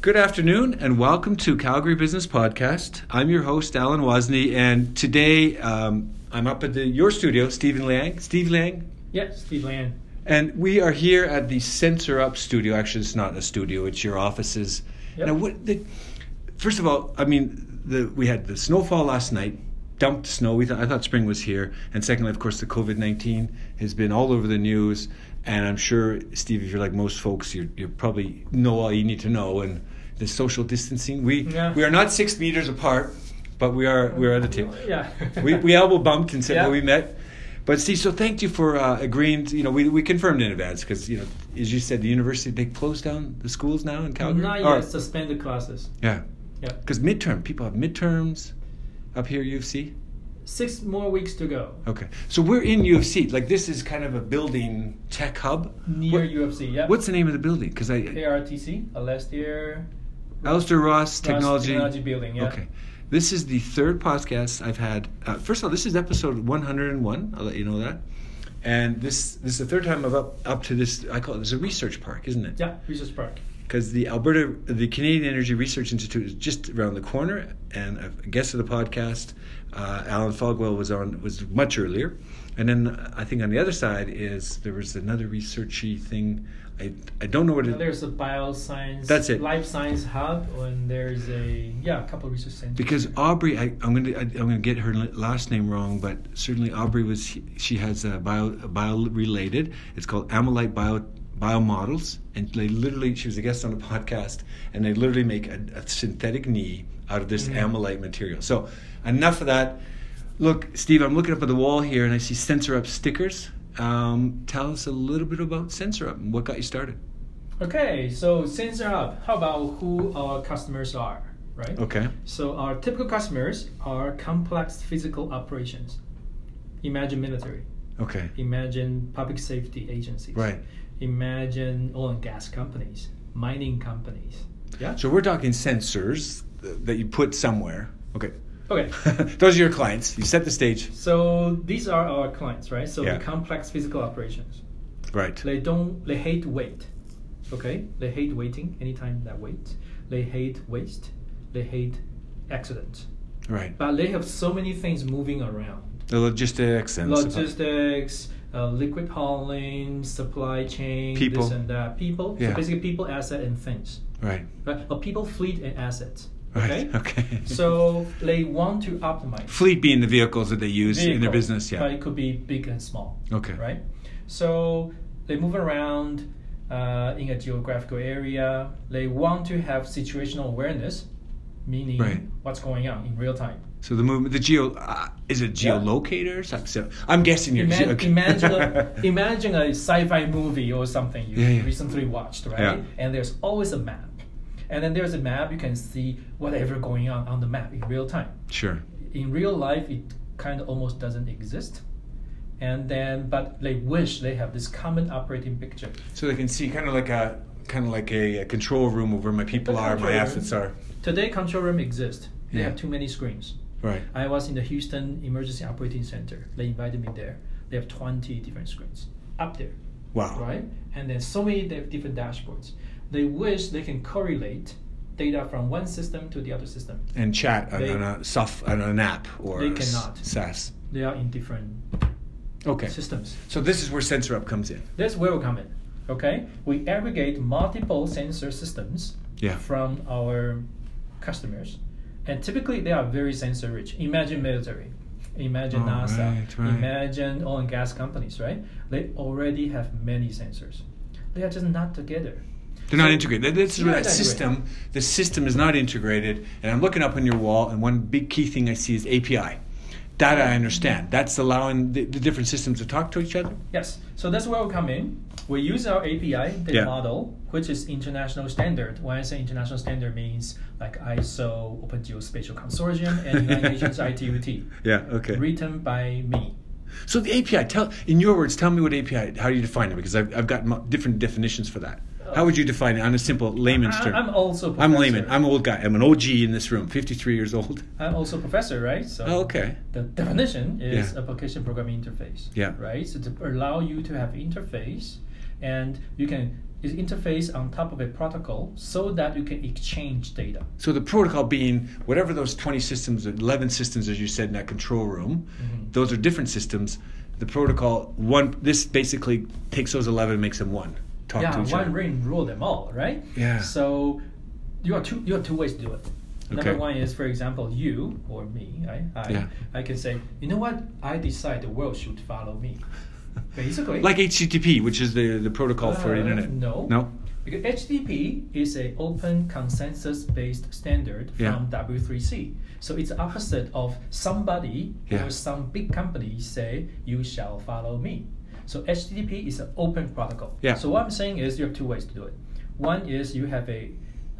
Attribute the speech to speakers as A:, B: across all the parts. A: Good afternoon and welcome to Calgary Business Podcast. I'm your host, Alan Wozni, and today um, I'm up at the, your studio, Stephen Lang. Steve Lang,
B: Yeah, Steve Land.
A: and we are here at the Censor Up studio. Actually, it's not a studio; it's your offices.
B: Yep.
A: Now, what? The, first of all, I mean, the, we had the snowfall last night, dumped snow. We th- I thought spring was here, and secondly, of course, the COVID nineteen has been all over the news. And I'm sure, Steve, if you're like most folks, you you probably know all you need to know. And the social distancing. We
B: Yeah.
A: we are not six meters apart, but we are we are at a table
B: Yeah.
A: we, we elbow bumped and said
B: Yeah.
A: where we met. But Steve, so thank you for uh, agreeing. To, you know, we, we confirmed in advance because you know, as you said, the university they closed down the schools now in Calgary.
B: Not
A: Or-
B: yet suspended classes.
A: Yeah,
B: Yeah.
A: because midterm people have midterms up here U of C.
B: Six more weeks to go.
A: Okay, so we're in U of C. Like this is kind of a building tech hub.
B: Near
A: What-
B: UFC, yeah.
A: What's the name of the building? Because I,
B: ARTC, Alastair
A: Alistair Ross Technology.
B: Technology Building, yeah.
A: Okay. This is the third podcast I've had. Uh, first of all, this is episode 101. I'll let you know that. And this this is the third time I've up up to this. I call it this is a research park, isn't it?
B: Yeah, Research Park.
A: Because the Alberta, the Canadian Energy Research Institute is just around the corner, and a guest of the podcast, uh, Alan Fogwell, was on was much earlier, and then uh, I think on the other side is there was another researchy thing. I I don't know what
B: Now
A: it.
B: there's a bioscience
A: That's it.
B: life science hub and there's a yeah, a couple of research centers.
A: Because Aubrey, I, I'm going to I'm going to get her la- last name wrong, but certainly Aubrey was she has a bio a bio related. It's called Amylite Bio Biomodels, and they literally she was a guest on a podcast, and they literally make a, a synthetic knee out of this
B: Mhm.
A: amylite material. So enough of that. Look, Steve, I'm looking up at the wall here, and I see Sensor Up stickers. Um, tell us a little bit about Sensor Up and what got you started.
B: Okay, so sensor up. How about who our customers are, right?
A: Okay.
B: So our typical customers are complex physical operations. Imagine military.
A: Okay.
B: Imagine public safety agencies.
A: Right.
B: Imagine oil and gas companies, mining companies. Yeah.
A: So we're talking sensors th- that you put somewhere. Okay.
B: Okay.
A: Those are your clients. You set the stage.
B: So these are our clients, right? So
A: Yeah.
B: the complex physical operations.
A: Right.
B: They don't. They hate wait. Okay. They hate waiting. Anytime that wait. They hate waste. They hate accidents.
A: Right.
B: But they have so many things moving around.
A: The logistics and supply-
B: logistics, uh, liquid hauling, supply chain,
A: People.
B: this and that. People,
A: Yeah.
B: so basically people, asset, and things.
A: Right.
B: Right? Or people, fleet, and assets.
A: Right. Okay.
B: so they want to optimize.
A: fleet being the vehicles that they use in their
B: vehicle,
A: business. Yeah.
B: But it could be big and small.
A: Okay.
B: Right. So they move around uh, in a geographical area. They want to have situational awareness, meaning
A: Right.
B: what's going on in real time.
A: So the movement, the geo, uh, is it
B: Yeah.
A: geolocators? I'm, so, I'm guessing you're
B: Ima-
A: okay.
B: imagine, a, imagine a sci-fi movie or something you
A: Yeah, yeah.
B: recently watched, right?
A: Yeah.
B: And there's always a map, and then there's a map you can see whatever going on on the map in real time.
A: Sure.
B: In real life, it kind of almost doesn't exist, and then but they wish they have this common operating picture.
A: So they can see kind of like a kind of like a, a control room of where my people
B: The
A: are, my
B: control room.
A: assets are.
B: Today, control room exists. They
A: Yeah.
B: have too many screens.
A: Right.
B: I was in the Houston Emergency Operating Center. They invited me there. They have 20 different screens up there.
A: Wow.
B: right? And then so many di- different dashboards. They wish they can correlate data from one system to the other system.
A: And chat on,
B: They-
A: on a soft on an app or
B: They
A: a s-
B: cannot.
A: SaaS.
B: They are in different
A: Okay.
B: systems.
A: So this is where Sensor Up comes in.
B: That's where we come in. Okay, we aggregate multiple sensor systems
A: Yeah.
B: from our customers, and typically they are very sensor rich. Imagine military, imagine
A: Oh,
B: NASA,
A: right, right.
B: imagine oil and gas companies. Right? They already have many sensors. They are just not together.
A: They're not
B: So-
A: integrated. This is
B: They're
A: where
B: not
A: that system,
B: integrated.
A: the system is not integrated. And I'm looking up on your wall, and one big key thing I see is API. That I understand. That's allowing the, the different systems to talk to each other.
B: Yes, so that's where we come in. We use our API, the
A: Yeah.
B: model, which is international standard. When I say international standard, means like ISO, Open Geospatial Consortium, and United Nations ITUT.
A: Yeah. Okay.
B: Written by me.
A: so the API. Tell, in your words, tell me what API. How do you define it? Because I've, I've got mo- different definitions for that. How would you define it on a simple layman's
B: Uh, I-
A: term?
B: I'm also
A: I'm layman.
B: professor.
A: I'm an old guy. I'm an OG in this room. 53 years old.
B: I'm also professor, right? So
A: Oh, okay.
B: the definition is
A: Yeah.
B: application programming interface.
A: Yeah.
B: Right? So to allow you to have interface and you can is interface on top of a protocol so that you can exchange data.
A: So the protocol being whatever those 20 systems, or 11 systems, as you said in that control room,
B: Mhm.
A: those are different systems. The protocol one. This basically takes those 11 and makes them one. Talk
B: yeah,
A: to each
B: one
A: other.
B: ring rule them all, right?
A: Yeah.
B: So you are two you have two ways to do it. Number
A: Okay.
B: one is, for example, you or me, I, I,
A: Yeah.
B: I can say, you know what? I decide the world should follow me. Basically,
A: Like HTTP, which is the, the protocol for
B: Uh,
A: internet.
B: no.
A: No.
B: Because HTTP is a open consensus-based standard
A: Yeah.
B: from W3C. So it's opposite of somebody
A: Yeah.
B: or some big company say, you shall follow me. So HTTP is an open protocol.
A: Yeah.
B: So what I'm saying is you have two ways to do it. One is you have a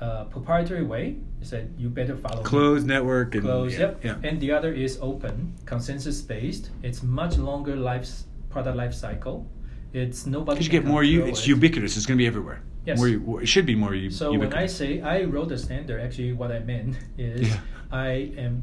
B: uh, proprietary way, you said you better follow me.
A: Closed network. And,
B: Close,
A: yeah,
B: yep.
A: Yeah.
B: And the other is open, consensus based. It's much longer life product life cycle. It's nobody.
A: Because you
B: can
A: get more, u-
B: control
A: it's
B: it.
A: ubiquitous. It's going to be everywhere.
B: Yes.
A: More, u- it should be more u-
B: So when I
A: ubiquitous.
B: say I wrote the standard, actually what I meant is
A: Yeah.
B: I am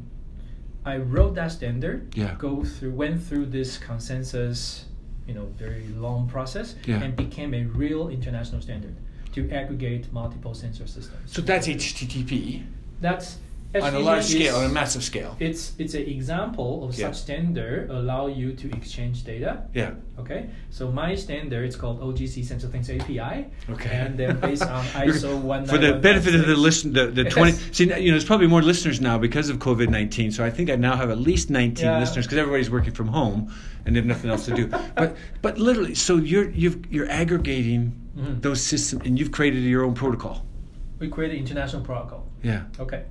B: I wrote that standard,
A: Yeah.
B: go through went through this consensus, you know, very long process
A: Yeah.
B: and became a real international standard to aggregate multiple sensor systems.
A: so that's HTTP
B: That's
A: on a
B: HTTP
A: large
B: is-
A: scale, on a massive scale.
B: It's it's an example of
A: Yeah.
B: such standard allow you to exchange data.
A: yeah.
B: Okay, so my standard is called OGC Central Things API.
A: Okay.
B: And then based on
A: You're-
B: ISO one.
A: For the benefit of the
B: list.
A: listen, the, the
B: Yes.
A: twenty. See, now, you know, there's probably more listeners now because of COVID nineteen. So I think I now have at least nineteen
B: Yeah.
A: listeners because everybody's working from home and they have nothing else to do. but but literally, so you're you've, you're aggregating
B: Mhm.
A: those systems and you've created your own protocol.
B: We created international protocol.
A: Yeah.
B: Okay,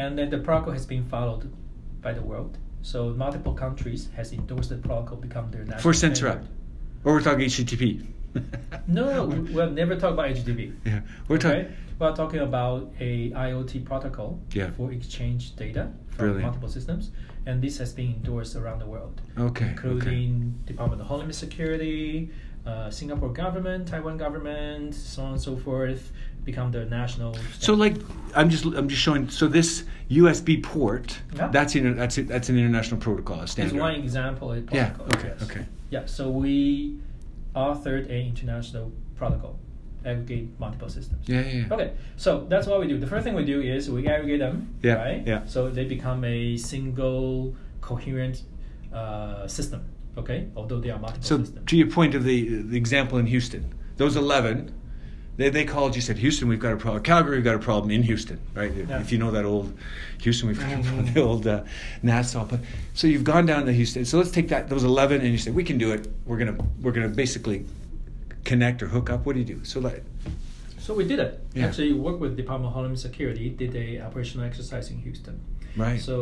B: and then the protocol has been followed by the world. So multiple countries has endorsed the protocol, become their national
A: For sensor app,
B: standard.
A: or we're talking HTTP.
B: No, no, we'll never talk about HTTP.
A: yeah, we're talking.
B: okay? We're talking about a IoT protocol
A: Yeah.
B: for exchange data from
A: Brilliant.
B: multiple systems, and this has been endorsed around the world.
A: Okay. okay.
B: including Department of Homeland Security, uh, Singapore government, Taiwan government, so on and so forth, become the national.
A: So
B: standard.
A: like I'm just I'm just showing so this USB port
B: Yeah.
A: that's inter, that's it, that's an international protocol a
B: It's
A: standard.
B: one example. of
A: Yeah,
B: protocol,
A: okay,
B: yes.
A: okay.
B: Yeah. So we authored an international protocol, aggregate multiple systems.
A: Yeah, yeah, yeah.
B: Okay. So that's what we do. The first thing we do is we aggregate them.
A: Yeah,
B: Right.
A: yeah.
B: So they become a single coherent uh, system. Okay. Although they are multiple
A: So
B: systems.
A: to your point of the the example in Houston, those eleven, they they called you said Houston we've got a problem, Calgary we've got a problem in Houston, right? If-
B: Yeah. Mm-hmm.
A: If you know that old Houston, we've got a problem, the old uh, Nassau. But so you've gone down to Houston. So let's take that those eleven and you say we can do it. We're gonna we're gonna basically connect or hook up. What do you do? So like
B: So we did it.
A: Yeah.
B: Actually, worked with Department of Homeland Security, did a operational exercise in Houston.
A: right.
B: So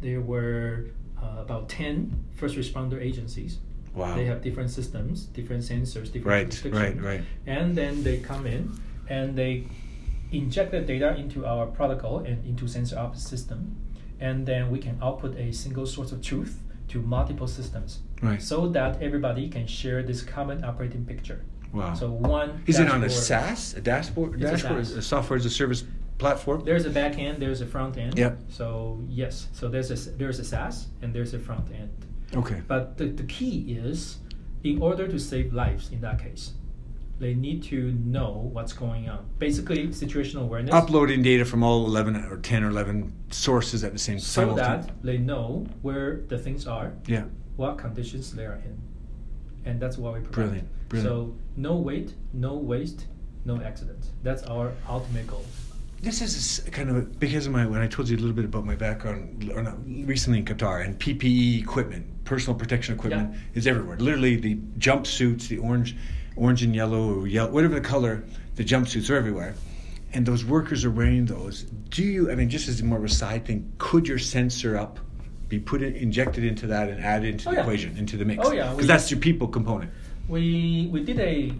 B: there were uh, about 10 first responder agencies.
A: wow.
B: They have different systems, different sensors, different
A: Right,
B: jurisdictions.
A: right, right.
B: And then they come in and they inject the data into our protocol and into sensor op system. And then we can output a single source of truth to multiple systems
A: right.
B: so that everybody can share this common operating picture.
A: wow.
B: So one
A: Is it on a
B: dashboard.
A: SaaS, a dashboard,
B: It's a
A: dashboard,
B: SaaS.
A: a software as a service platform?
B: There's a back end, there's a front end.
A: Yep.
B: So yes, so there's a there's a SaaS and there's a front end.
A: Okay.
B: But the, the key is, in order to save lives, in that case, they need to know what's going on. Basically, situational awareness.
A: Uploading data from all 11 or 10 or 11 sources at the same
B: so
A: simultan-
B: that they know where the things are,
A: Yeah.
B: what conditions they are in, and that's what we provide.
A: Brilliant, brilliant.
B: So no wait, no waste, no accident. That's our ultimate goal.
A: This is s- kind of a, because of my when I told you a little bit about my background or not, recently in Qatar and PPE equipment, personal protection equipment
B: Yeah.
A: is everywhere. Literally the jumpsuits, the orange, orange and yellow or yellow, whatever the color, the jumpsuits are everywhere. And those workers are wearing those. Do you? I mean, just as more of a side thing, could your sensor up be put in, injected into that and added into
B: Oh,
A: the
B: yeah.
A: equation, into the mix?
B: Oh, yeah, we-
A: because that's your people component.
B: We we did a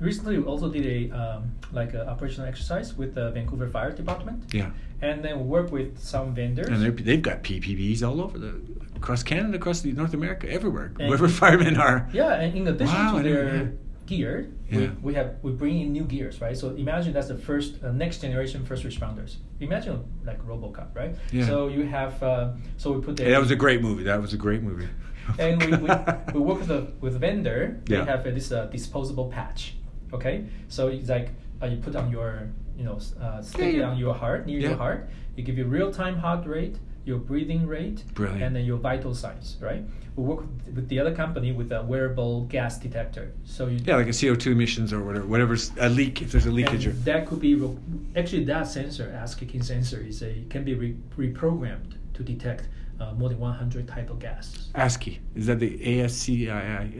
B: recently we also did a um, like a operational exercise with the Vancouver Fire Department.
A: Yeah,
B: And then we work with some vendors.
A: and they're, they've got PPBs all over the across Canada, across the North America, everywhere.
B: And-
A: Wherever firemen are.
B: yeah, and in addition
A: Wow, I
B: to
A: didn't-
B: their
A: yeah.
B: gear,
A: Yeah.
B: we, we have we bring in new gears, right? So imagine that's the first uh, next generation first responders. Imagine like RoboCop, right?
A: Yeah.
B: So you have uh, so we put the
A: Yeah, that was a great movie. That was a great movie.
B: and we, we, we work with a with vendor. They
A: Yeah.
B: have uh, this uh, disposable patch. Okay, so it's like uh, you put on your you know s- uh, stick it
A: yeah.
B: on your heart near
A: Yeah.
B: your heart. You give you real time heart rate, your breathing rate,
A: Brilliant.
B: and then your vital signs. Right. We work with- with the other company with a wearable gas detector. So you
A: Yeah, like a CO2 emissions or whatever, whatever's a leak, if there's a leakage. Or,
B: and that could be re- actually that sensor, ass kicking sensor, is a can be re- reprogrammed to detect uh, more than 100 type of gas.
A: ASCII. Is that the ASCII?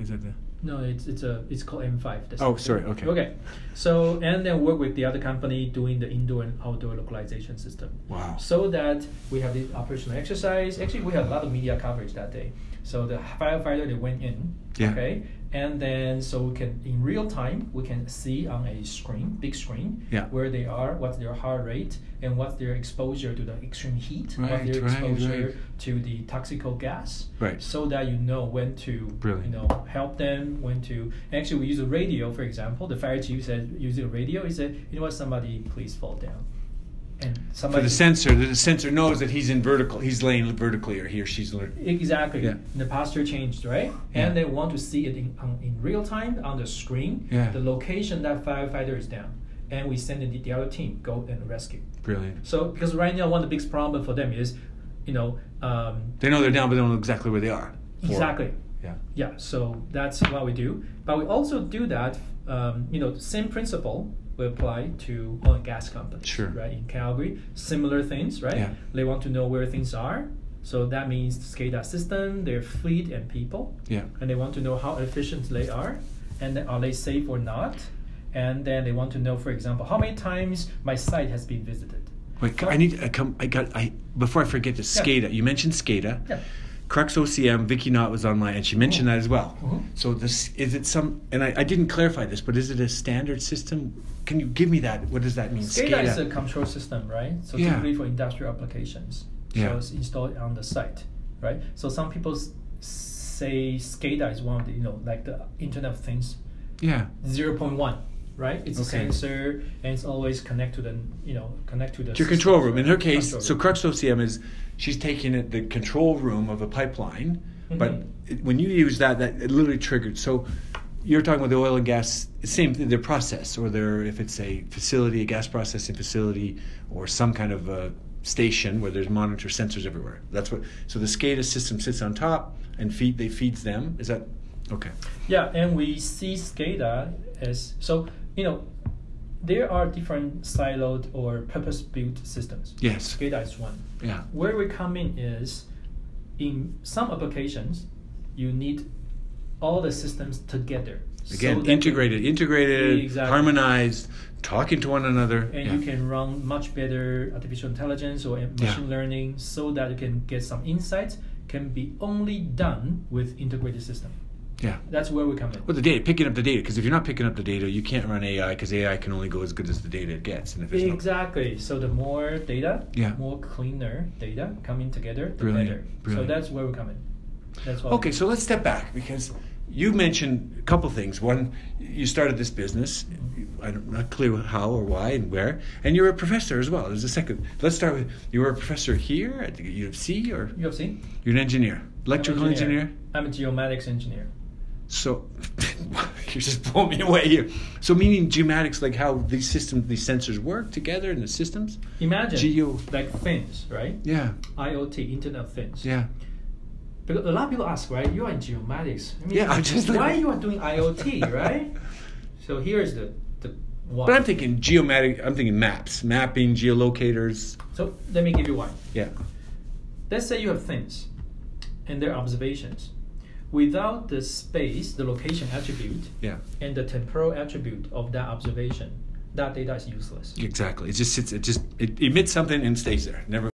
A: Is that the.
B: No, it's it's a it's called M5. That's
A: Oh,
B: the-
A: sorry, okay.
B: Okay, so and then work with the other company doing the indoor and outdoor localization system.
A: Wow.
B: So that we have this operational exercise. Actually, we had a lot of media coverage that day. So the firefighter they went in.
A: Yeah.
B: Okay. And then so we can in real time we can see on a screen, big screen,
A: Yeah.
B: where they are, what's their heart rate, and what's their exposure to the extreme heat,
A: Right,
B: what's their
A: right,
B: exposure
A: right.
B: to the toxical gas.
A: Right.
B: So that you know when to
A: Brilliant.
B: you know help them when to actually we use a radio for example the fire chief said using a radio he said you know what somebody please fall down and
A: For
B: somebody
A: the sensor, the sensor knows that he's in vertical, he's laying vertically, or he or she's learning.
B: exactly
A: Yeah.
B: the posture changed right
A: Yeah.
B: and they want to see it in, on, in real time on the screen
A: Yeah.
B: the location that firefighter is down and we send in the, the other team go and rescue
A: Brilliant.
B: so because right now one of the biggest problem for them is you know um,
A: They know they're down, but they don't know exactly where they are. Or-
B: exactly
A: yeah.
B: Yeah, so that's what we do. But we also do that, um, you know, same principle we apply to oil and gas companies,
A: Sure.
B: right? In Calgary, similar things, right?
A: Yeah.
B: They want to know where things are. So that means SCADA system, their fleet and people.
A: Yeah.
B: And they want to know how efficient they are and then are they safe or not. And then they want to know, for example, how many times my site has been visited.
A: Wait, I need to come. I got. I before I forget this.
B: Yeah.
A: SCADA. You mentioned SCADA.
B: Yeah.
A: Crux OCM. Vicky Knott was online, and she mentioned that as well.
B: Mhm.
A: So this is it. Some and I, I didn't clarify this, but is it a standard system? Can you give me that? What does that mean?
B: SCADA is a control system, right? So
A: Yeah.
B: typically for industrial applications.
A: Yeah.
B: So it's installed on the site, right? So some people s- say SCADA is one of the, you know, like the Internet of Things
A: yeah.
B: 0.1, right? It's a
A: Okay.
B: sensor and it's always connect to the, you know, connect to the
A: To your control
B: systems,
A: room. In
B: right?
A: her case,
B: Control
A: so
B: room.
A: Crux OCM is she's taking it the control room of a pipeline, but
B: Mhm.
A: it, when you use that, that it literally triggered. So you're talking about the oil and gas, same thing, their process or their if it's a facility, a gas processing facility, or some kind of a station where there's monitor sensors everywhere. That's what. So the SCADA system sits on top and feed they feeds them. Is that okay?
B: Yeah, and we see SCADA as so you know there are different siloed or purpose-built systems.
A: Yes.
B: SCADA is one.
A: Yeah.
B: Where we come in is in some applications you need all the systems together. so
A: Again,
B: that-
A: integrated, integrated,
B: Exactly.
A: harmonized, talking to one another.
B: And
A: Yeah.
B: you can run much better artificial intelligence or machine
A: Yeah.
B: learning so that you can get some insights can be only done with integrated system.
A: Yeah.
B: That's where we come in.
A: Well, the data, picking up the data, because if you're not picking up the data, you can't run AI, because AI can only go as good as the data it gets. And if it's not-
B: Exactly. So the more data,
A: Yeah.
B: more cleaner data coming together, the
A: Brilliant,
B: better.
A: brilliant.
B: So that's where we come in. That's why.
A: okay, so let's step back because you mentioned a couple things. One, you started this business. I'm not clear how or why and where, and you're a professor as well. There's a second. Let's start with you were a professor here at the U of C, or
B: you have seen? I'm
A: you're an engineer, electrical
B: an
A: engineer.
B: I'm a geomatics engineer.
A: So you're just blowing me away here. So meaning geomatics, like how these systems, these sensors work together in the systems.
B: Imagine
A: Geo.
B: like things, right?
A: Yeah,
B: IoT, Internet of Things.
A: yeah.
B: Because a lot of people ask, right? You are in geomatics. I mean,
A: Yeah, I'm just like-
B: why you are doing IoT, right? So here is the the why.
A: But I'm thinking geomatic. I'm thinking maps, mapping, geolocators.
B: so let me give you why.
A: Yeah.
B: Let's say you have things and their observations. Without the space, the location attribute,
A: Yeah.
B: and the temporal attribute of that observation, that data is useless.
A: Exactly. It just sits. It just it emits something and stays there. Never.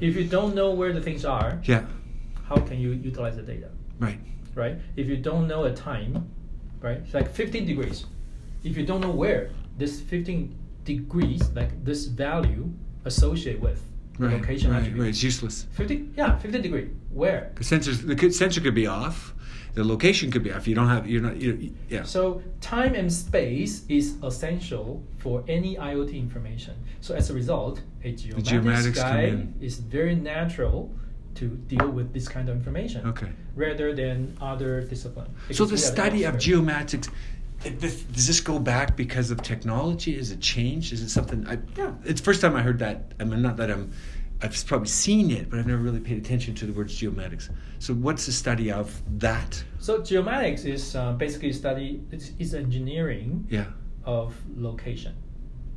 B: If you don't know where the things are,
A: Yeah.
B: how can you utilize the data,
A: Right.
B: right? If you don't know a time, right? It's like 15 degrees. If you don't know where this 15 degrees, like this value associated with the
A: Right.
B: location
A: right.
B: attribute.
A: Right. It's useless.
B: 50, yeah, 50 degree. Where?
A: The sensors. The co- sensor could be off. The location could be off. You don't have. You're not. You you- yeah.
B: So time and space is essential for any IoT information. So as a result, a geomatics,
A: geomatics come
B: guy
A: in.
B: is very natural to deal with this kind of information
A: Okay.
B: rather than other discipline.
A: So
B: Because we
A: the
B: are
A: study of
B: experts.
A: geomatics, it- this- does this go back because of technology? Is it changed? Is it something? I, yeah, it's the first time I heard that. I mean, not that I'm, I've probably seen it, but I've never really paid attention to the words geomatics. So what's the study of that?
B: So geomatics is uh, basically study it's, it's engineering
A: Yeah.
B: of location.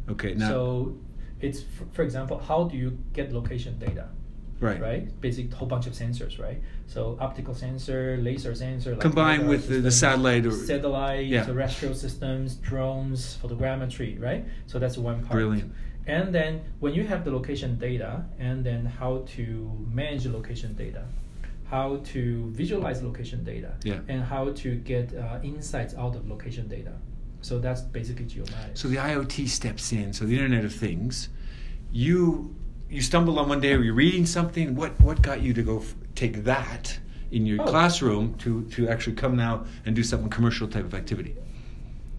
A: Okay. Now.
B: So it's for, for example, how do you get location data?
A: right.
B: right? Basic whole bunch of sensors, right? So optical sensor, laser sensor, like
A: Combined
B: radar
A: with the- the
B: systems,
A: satellite or-
B: satellite,
A: Yeah.
B: terrestrial systems, drones, photogrammetry, right? So that's one part.
A: Brilliant.
B: And then when you have the location data, and then how to manage the location data, how to visualize location data,
A: Yeah.
B: and how to get uh, insights out of location data. So that's basically geomatics.
A: So the IoT steps in. So the Internet of Things. You you stumbled on one day. Were you reading something? What what got you to go f- take that in your
B: Oh.
A: classroom to to actually come now and do something commercial type of activity?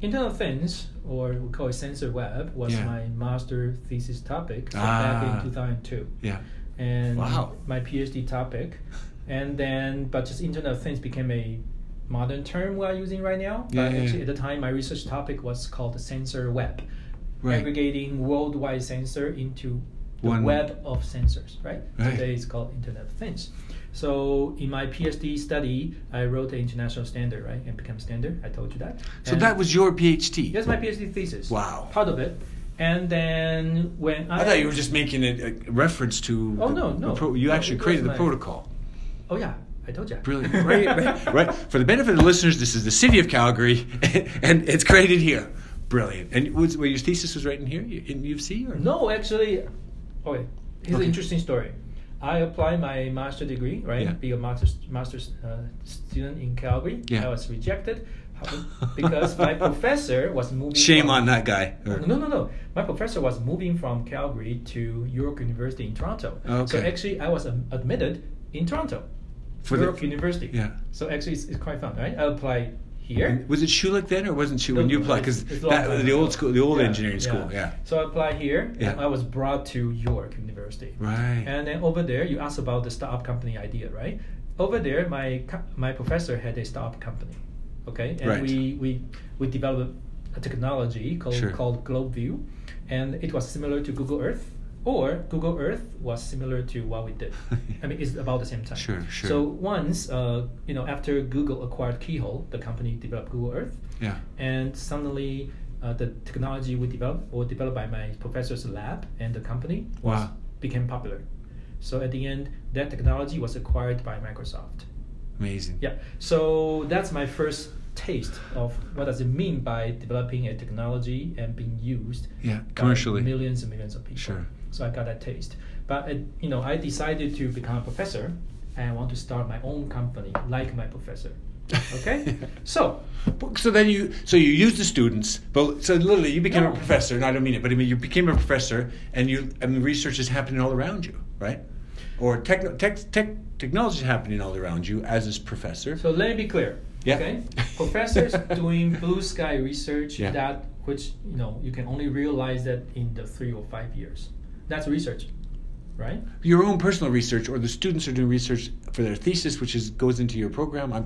B: Internet of Things, or we call it sensor web, was
A: Yeah.
B: my master thesis topic so
A: Ah.
B: back in 2002.
A: Yeah.
B: And
A: Wow.
B: my PhD topic. And then, but just Internet of Things became a modern term we are using right now. But
A: Yeah, yeah,
B: actually,
A: yeah.
B: at the time, my research topic was called the sensor web,
A: Right.
B: aggregating worldwide sensor into the
A: One-
B: web of sensors, right?
A: Right.
B: Today it's called Internet of Things. So in my PhD study, I wrote the international standard, right, and become standard. I told you that.
A: So
B: And-
A: that was your PhD.
B: that's my PhD thesis.
A: Wow.
B: Part of it. And then when I,
A: I thought you were just making a, a reference to.
B: Oh,
A: the-
B: no,
A: the
B: no.
A: pro- you
B: No,
A: actually
B: it was
A: created the
B: my-
A: protocol.
B: Oh yeah, I told you.
A: Brilliant. right, right, right. For the benefit of the listeners, this is the city of Calgary, and it's created here. Brilliant. And was, where your thesis was right in here in U of C or
B: No, actually, okay. Here's
A: Okay.
B: an interesting story. I applied my master degree, right?
A: Yeah.
B: Being a master's master's uh, student in Calgary.
A: Yeah.
B: I was rejected because my professor was moving.
A: Shame
B: from-
A: on that guy. or-
B: No, no, no. My professor was moving from Calgary to York University in Toronto. So
A: Okay.
B: actually, I was um, admitted in Toronto,
A: For the-
B: York University.
A: Yeah.
B: So actually, it's, it's quite fun, right? I apply here.
A: Was it Schulich then, or wasn't Schulich when
B: No,
A: you
B: no,
A: applied?
B: it's-
A: Because
B: it's long time
A: the
B: ago.
A: old school, the old
B: Yeah,
A: engineering school. Yeah.
B: So I applied here.
A: Yeah.
B: And I was brought to York University.
A: Right.
B: And then over there, you asked about the startup company idea, right? Over there, my co- my professor had a startup company, okay, and
A: Right.
B: we we we developed a technology called
A: Sure.
B: called GlobeView, and it was similar to Google Earth, or Google Earth was similar to what we did. I mean, it's about the same time.
A: Sure, sure.
B: So once, uh, you know, after Google acquired Keyhole, the company developed Google Earth,
A: yeah.
B: and suddenly uh, the technology we developed or developed by my professor's lab and the company was,
A: Wow.
B: became popular. So at the end, that technology was acquired by Microsoft.
A: Amazing.
B: Yeah. So that's my first taste of what does it mean by developing a technology and being used
A: Yeah,
B: by
A: commercially.
B: millions and millions of people.
A: Sure.
B: So I got that taste. But uh, you know, I decided to become a professor and I want to start my own company like my professor. Okay? so
A: So then you, so you used the students, but so literally you became a
B: No.
A: professor, and I don't mean it, but I mean you became a professor, and you, I mean research is happening all around you, right? Or techno, tech, tech, technology is happening all around you as this professor.
B: So let me be clear.
A: Yeah.
B: Okay. Professors doing blue sky research
A: Yeah.
B: that which you know you can only realize that in the three or five years. That's research, right?
A: your own personal research, or the students are doing research for their thesis, which is goes into your program. I'm,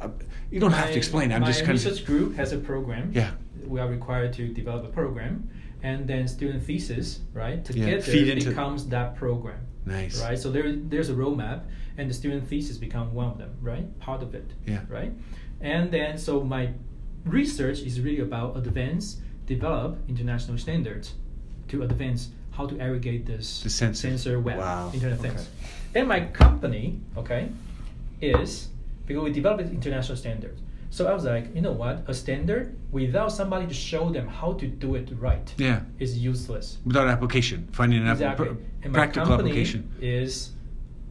A: i you don't have
B: My-
A: to explain. I'm
B: my
A: just kind
B: research group has a program.
A: of yeah.
B: We are required to develop a program, and then student thesis, right?
A: Yeah,
B: Together
A: feed into-
B: becomes that program,
A: Nice.
B: right? So there, there's a roadmap, and the student thesis become one of them, right? Part of it.
A: Yeah.
B: right? And then, so my research is really about advance, develop international standards to advance how to aggregate this
A: The sensor.
B: web,
A: Wow.
B: Internet of
A: Okay.
B: Things. And my company, okay, is because we developed international standards. So I was like, you know what, a standard without somebody to show them how to do it right
A: Yeah.
B: is useless.
A: Without application, finding an app-
B: Exactly.
A: pr-
B: And my
A: practical
B: company
A: application.
B: is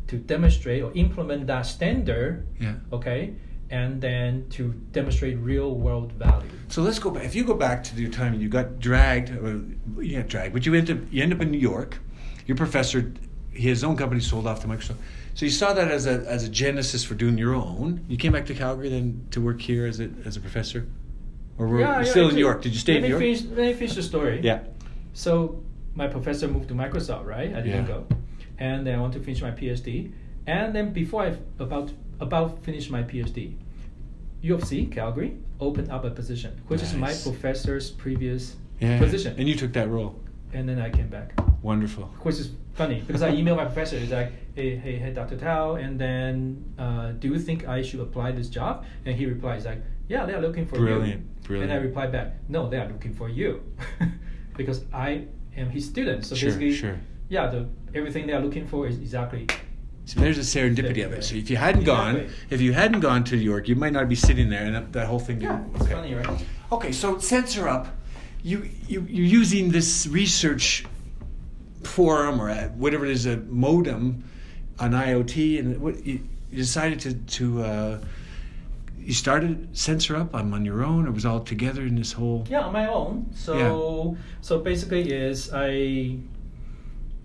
B: to demonstrate or implement that standard
A: Yeah.
B: okay and then to demonstrate real world value
A: So let's go back. If you go back to your time, you got dragged. Or you got dragged, but you end up you end up in New York. Your professor, his own company sold off to Microsoft. So you saw that as a as a genesis for doing your own. You came back to Calgary then to work here as a as a professor, or were you still in
B: actually-
A: New York? Did you stay
B: let
A: in
B: me
A: New York?
B: finish, let me finish the story
A: Yeah.
B: so my professor moved to microsoft right i didn't
A: Yeah.
B: go and then i want to finish my phd And then before I about about finish my PhD, U of C Calgary opened up a position, which is my
A: Nice.
B: professor's previous
A: Yeah.
B: position.
A: And you took that role.
B: and then I came back.
A: Wonderful.
B: which is funny because I emailed my professor. It's like, hey, hey, hey, Dr. Tao, and then uh, do you think I should apply this job? And he replies like, yeah, they are looking for
A: Brilliant,
B: you.
A: brilliant.
B: And I reply back, no, they are looking for you, because I am his student. So
A: Sure,
B: basically,
A: sure.
B: yeah, the everything they are looking for is exactly
A: So there's the serendipity of it. So if you hadn't gone,
B: Exactly.
A: if you hadn't gone to New York, you might not be sitting there, and that, that whole thing.
B: yeah,
A: didn't-
B: it's
A: okay.
B: funny, right?
A: Okay, so censor up. You, you you're using this research forum or uh, whatever it is a modem on IoT, and what you, you decided to to uh, you started censor up on, on your own. It was all together in this whole.
B: Yeah, on my own. So so basically is I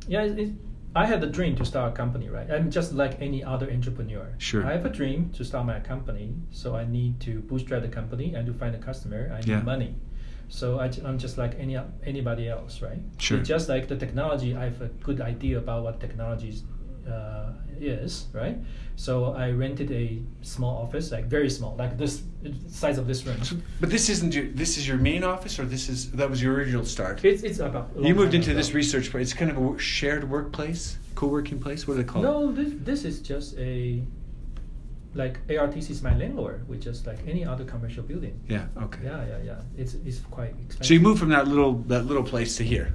B: yeah, it, it- I had a dream to start a company, right? I'm just like any other entrepreneur.
A: Sure.
B: I have a dream to start my company, so I need to bootstrap the company. I need to find a customer. I need
A: Yeah.
B: money. So I, am just like any anybody else, right?
A: Sure.
B: So just like the technology, I have a good idea about what technologies uh, is, right? So I rented a small office, like very small, like this size of this room.
A: So- but this isn't your this is your main office, or this is that was your original start.
B: It's it's about. a
A: you
B: long
A: moved
B: time
A: into this
B: ago.
A: research. pla- It's kind of a wo- shared workplace, co-working place. What do they call it?
B: No, this this is just a like ARTC is my landlord, which is like any other commercial building.
A: Yeah. Okay.
B: Yeah, yeah, yeah. It's it's quite expensive.
A: So you moved from that little that little place to here.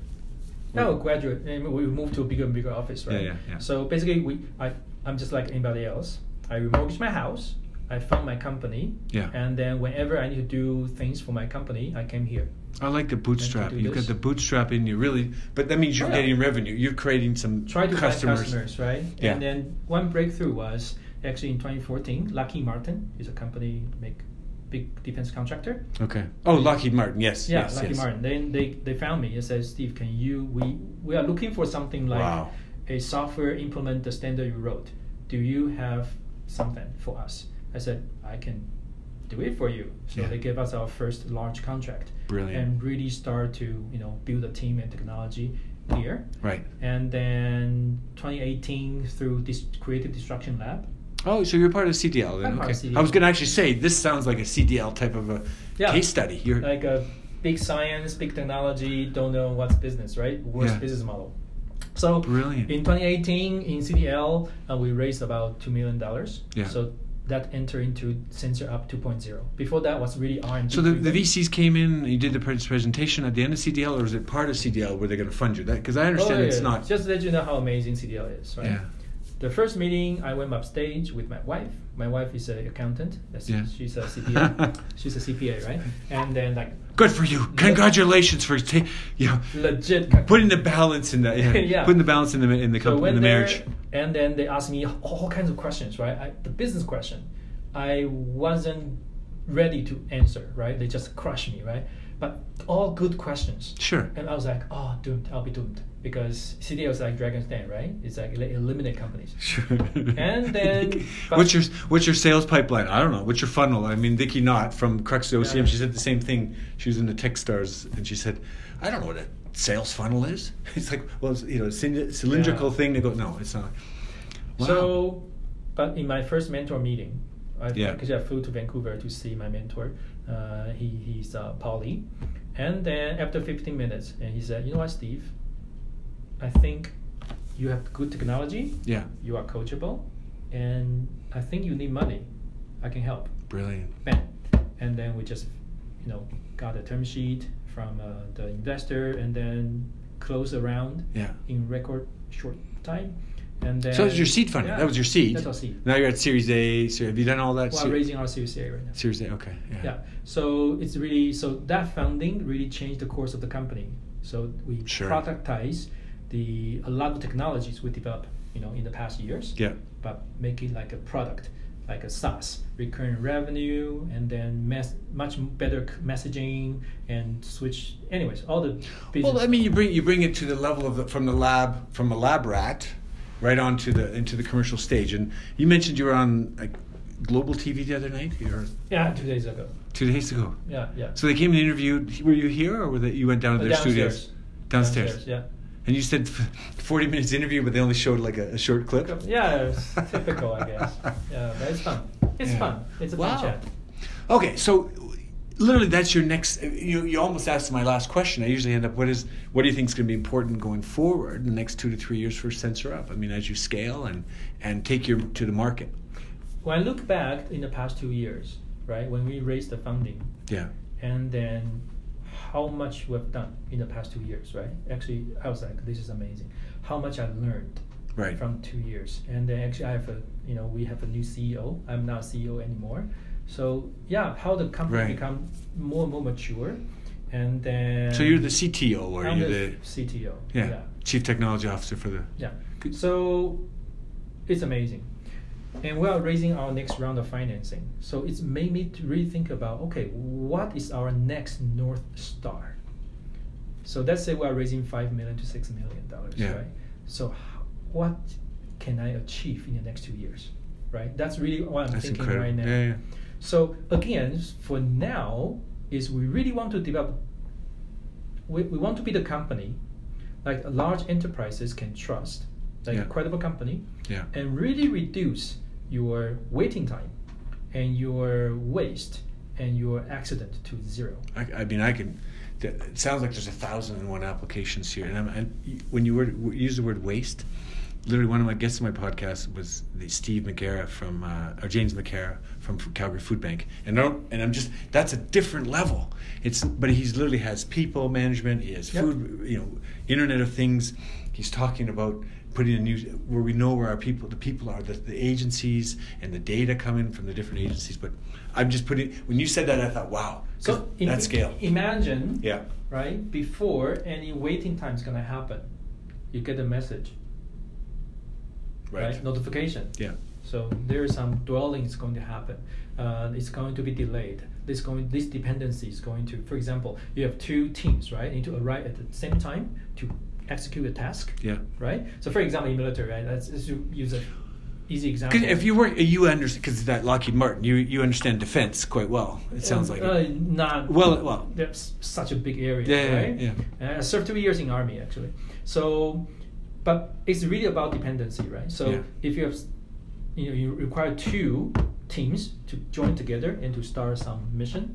B: No, graduate. And we moved to a bigger and bigger office,
A: Yeah,
B: right?
A: yeah, yeah.
B: So basically, we I I'm just like anybody else. I remortgage my house. I found my company.
A: Yeah.
B: And then whenever I need to do things for my company, I came here.
A: I like the bootstrap.
B: do
A: You've got
B: this. Oh,
A: the bootstrap in you, really, but that means you're
B: Yeah.
A: getting revenue. You're creating some
B: Try to
A: customers.
B: find customers, right?
A: Yeah.
B: And then one breakthrough was actually in 2014. Lucky Martin is a company make big defense contractor.
A: Okay. Oh, Lockheed Martin. Yes.
B: Yeah,
A: yes,
B: Lucky
A: yes.
B: Martin. Then they, they found me and said, Steve, can you we we are looking for something like
A: Wow.
B: a software implement the standard you wrote. Do you have something for us? I said, I can do it for you. So
A: Yeah.
B: they gave us our first large contract.
A: Brilliant.
B: And really start to, you know, build a team and technology here.
A: Right.
B: And then 2018 through this creative destruction lab.
A: Oh, so you're part of CDL.
B: I'm
A: Then. okay.
B: part of CDL.
A: I was going to actually say this sounds like a CDL type of a
B: Yeah.
A: case study. You're
B: like a big science, big technology, don't know what's business, right? Worst
A: Yeah.
B: business model. So
A: Brilliant.
B: In 2018, in CDL, uh, we raised about two million dollars.
A: Yeah.
B: So that entered into Sensor Up 2.0. Before that was really R&D.
A: so the, the
B: driven.
A: VCs came in. You did the pres- presentation at the end of CDL, or is it part of CDL where they're going to fund you? That because I understand
B: Oh, yeah,
A: it's
B: yeah.
A: not.
B: Just to let you know how amazing CDL is, right?
A: Yeah.
B: The first meeting, I went upstage with my wife. My wife is an accountant. That's,
A: Yeah.
B: She's a CPA. she's a CPA, right? And then like
A: Good for you. Congratulations for ta- you know,
B: legit.
A: putting the balance in that. Yeah.
B: Yeah.
A: Putting the balance in the in the,
B: So
A: couple, in
B: went
A: the
B: there,
A: marriage.
B: And then they asked me all kinds of questions, right? I, the business question, I wasn't ready to answer, right? They just crushed me, right? But all good questions.
A: Sure.
B: And I was like, oh, doomed. I'll be doomed because CDO is like Dragon's Den, right? It's like they eliminate companies.
A: Sure.
B: And then-
A: what's your what's your sales pipeline? I don't know. What's your funnel? I mean, Vicky Knott from Crux OCM,
B: Yeah.
A: she said the same thing. She was in the Tech Stars, and she said, "I don't know what a sales funnel is." It's like, well, it's, you know, cyn- cylindrical
B: Yeah.
A: thing. They go, "No, it's not." Wow.
B: So, but in my first mentor meeting, I
A: Yeah.
B: because I flew to Vancouver to see my mentor. Uh, he he's uh, Paulie, and then after 15 minutes, and he said, "You know what, Steve? I think you have good technology.
A: yeah,
B: You are coachable, and I think you need money. I can help."
A: brilliant.
B: Bam, and then we just, you know, got a term sheet from uh, the investor, and then closed the round
A: Yeah.
B: in record short time. And then
A: So that was your seed funding.
B: Yeah,
A: That was your seed.
B: That's our seed.
A: Now you're at Series A. So have you done all that?
B: We're
A: Se-
B: raising our Series A right now.
A: Series A. Okay. Yeah.
B: Yeah. So it's really so that funding really changed the course of the company. So we
A: Sure.
B: productize the a lot of technologies we developed, you know, in the past years.
A: Yeah.
B: But make it like a product, like a SaaS, recurring revenue, and then mess, much better c- messaging and switch. Anyways, all the business.
A: Well, I mean, you bring you bring it to the level of the, from the lab from a lab rat, right onto the into the commercial stage. And you mentioned you were on like, global TV the other night, or
B: yeah, two days ago.
A: two days ago.
B: Yeah, yeah.
A: So they came and interviewed. Were you here, or were they, you went down to
B: Uh,
A: their studios?
B: downstairs.
A: Downstairs.
B: Yeah.
A: And you said f- 40 minutes interview, but they only showed like a, a short clip.
B: Yeah, it's typical, I guess. Yeah, but it's fun. It's
A: Yeah.
B: fun. It's a
A: Wow.
B: fun chat.
A: Okay, so literally that's your next. You you almost asked my last question. I usually end up what is what do you think is going to be important going forward in the next two to three years for Sensor Up? I mean, as you scale and and take your to the market.
B: When I look back in the past two years, right, when we raised the funding,
A: Yeah.
B: and then how much we've done in the past two years, right? Actually, I was like, this is amazing. How much I learned
A: Right.
B: from two years, and then actually I have a, you know, we have a new CEO. I'm not CEO anymore, so yeah, how the company
A: Right.
B: become more and more mature, and then
A: so you're the CTO or
B: I'm
A: you're
B: the
A: the
B: CTO.
A: yeah,
B: yeah.
A: chief technology officer for the
B: Yeah.
A: Good.
B: So it's amazing. And we are raising our next round of financing. So it's made me to really think about okay, what is our next North Star? So let's say we are raising five million to six million dollars,
A: Yeah.
B: right? So how, what can I achieve in the next two years? Right? That's really what I'm
A: That's
B: thinking
A: incredible.
B: right now.
A: Yeah, yeah.
B: So again, for now, is we really want to develop. We, we want to be the company, like large enterprises can trust, like
A: Yeah.
B: a credible company,
A: yeah.
B: and really reduce your waiting time, and your waste, and your accident to zero.
A: I, I mean, I can. th- It sounds like there's a thousand and one applications here, and, I'm, and when you were, w- use the word waste, literally one of my guests on my podcast was the Steve McGarra from uh, or James McGarra from F- Calgary Food Bank, and I don't, and I'm just that's a different level. It's but he's literally has people management, he has
B: Yep.
A: food, you know, Internet of Things. He's talking about putting a new where we know where our people the people are the, the agencies and the data coming from the different agencies but i'm just putting when you said that i thought wow 'cause
B: So im-
A: that scale
B: Imagine,
A: yeah.
B: right before any waiting time is gonna happen, you get a message, right? Notification.
A: Yeah.
B: So there is some dwelling is going to happen. Uh, it's going to be delayed. This going this dependency is going to, for example, you have two teams, right? Need to arrive at the same time to execute a task,
A: Yeah.
B: right? So for example, in military, right? Let's, let's use an easy example.
A: Because if you were you understand because that Lockheed Martin, you you understand defense quite well. It sounds
B: Uh,
A: like.
B: uh,
A: it.
B: not
A: Well, well.
B: That's such a big area,
A: Yeah, yeah,
B: right?
A: yeah.
B: And I served two years in army actually. So, but it's really about dependency, right? So
A: Yeah.
B: if you have, s- you know, you require two teams to join together and to start some mission,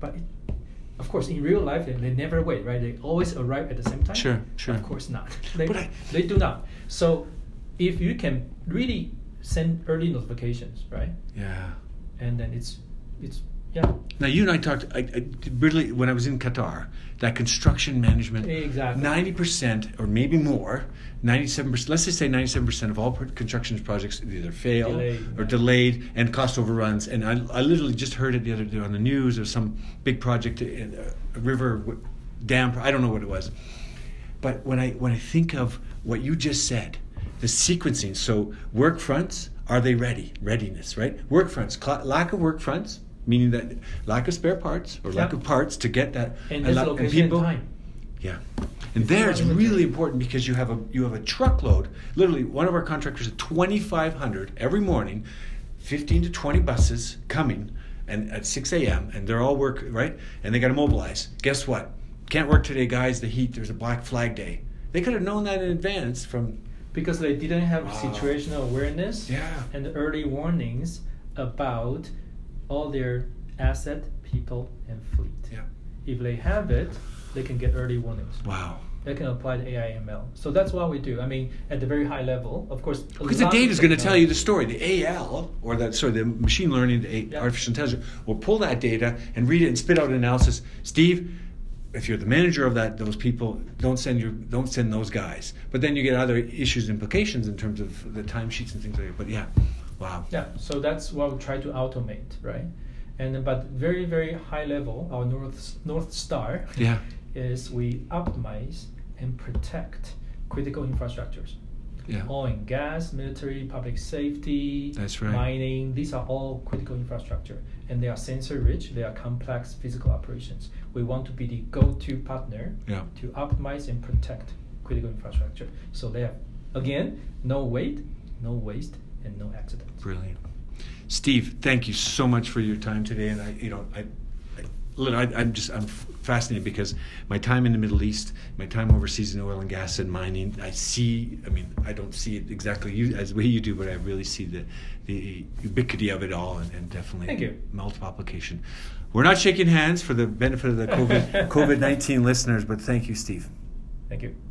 B: but it, of course in real life they, they never wait, right? They always arrive at the same time.
A: Sure, sure.
B: Of course not. They,
A: But I-
B: they do not. So if you can really send early notifications, right?
A: Yeah.
B: And then it's it's yeah
A: Now you and I talked. I, I really when I was in Qatar, that construction management.
B: Exactly.
A: Ninety percent, or maybe more, ninety-seven percent. Let's just say ninety-seven percent of all pro- construction projects either fail
B: Delayed,
A: or
B: yeah.
A: delayed and cost overruns. And I, I literally just heard it the other day on the news of some big project, in a river w- dam. I don't know what it was. But when I when I think of what you just said, the sequencing. So work fronts are they ready? Readiness, right? Work fronts, cl- lack of work fronts, meaning that lack of spare parts or lack
B: Yeah.
A: of parts to get that.
B: and
A: a
B: this
A: lot-
B: location and time.
A: Yeah. And there
B: not
A: it's
B: inventory.
A: really important because you have a you have a truckload. Literally, one of our contractors at 2,500 every morning, 15 to 20 buses coming, and at 6 a.m. and they're all work right, and they got to mobilize. Guess what? Can't work today, guys. The heat. There's a Black Flag Day. They could have known that in advance from
B: because they didn't have
A: Wow.
B: situational awareness
A: Yeah.
B: and early warnings about all their asset, people, and fleet.
A: yeah.
B: If they have it, they can get early warnings.
A: Wow.
B: They can apply the AIML. So that's what we do. I mean, at the very high level, of course. a
A: Because the
B: lot of
A: data is going to tell you the
B: technology-
A: story. The AL, or that, sorry, the machine learning, the A-
B: Yeah.
A: artificial intelligence, will pull that data and read it and spit out an analysis. Steve, if you're the manager of that, those people don't send your, don't send those guys. But then you get other issues, implications in terms of the timesheets and things like that. But yeah, wow.
B: Yeah, so that's what we try to automate, right? And then- but very very high level, our north north star
A: Yeah.
B: is we optimize and protect critical infrastructures.
A: Yeah.
B: Oil and gas, military, public safety,
A: That's right.
B: mining, these are all critical infrastructure and they are sensor rich, they are complex physical operations. We want to be the go to partner
A: Yeah.
B: to optimize and protect critical infrastructure. So they have, again, no weight, no waste, and no accident.
A: Brilliant. Steve, thank you so much for your time today. And I, you know, I, I look, I, I'm just I'm f- fascinated because my time in the Middle East, my time overseas in oil and gas and mining, I see. I mean, I don't see it exactly you, as the way you do, but I really see the the ubiquity of it all, and, and definitely
B: Thank you.
A: multiple application. We're not shaking hands for the benefit of the COVID COVID nineteen listeners, but thank you, Steve.
B: Thank you.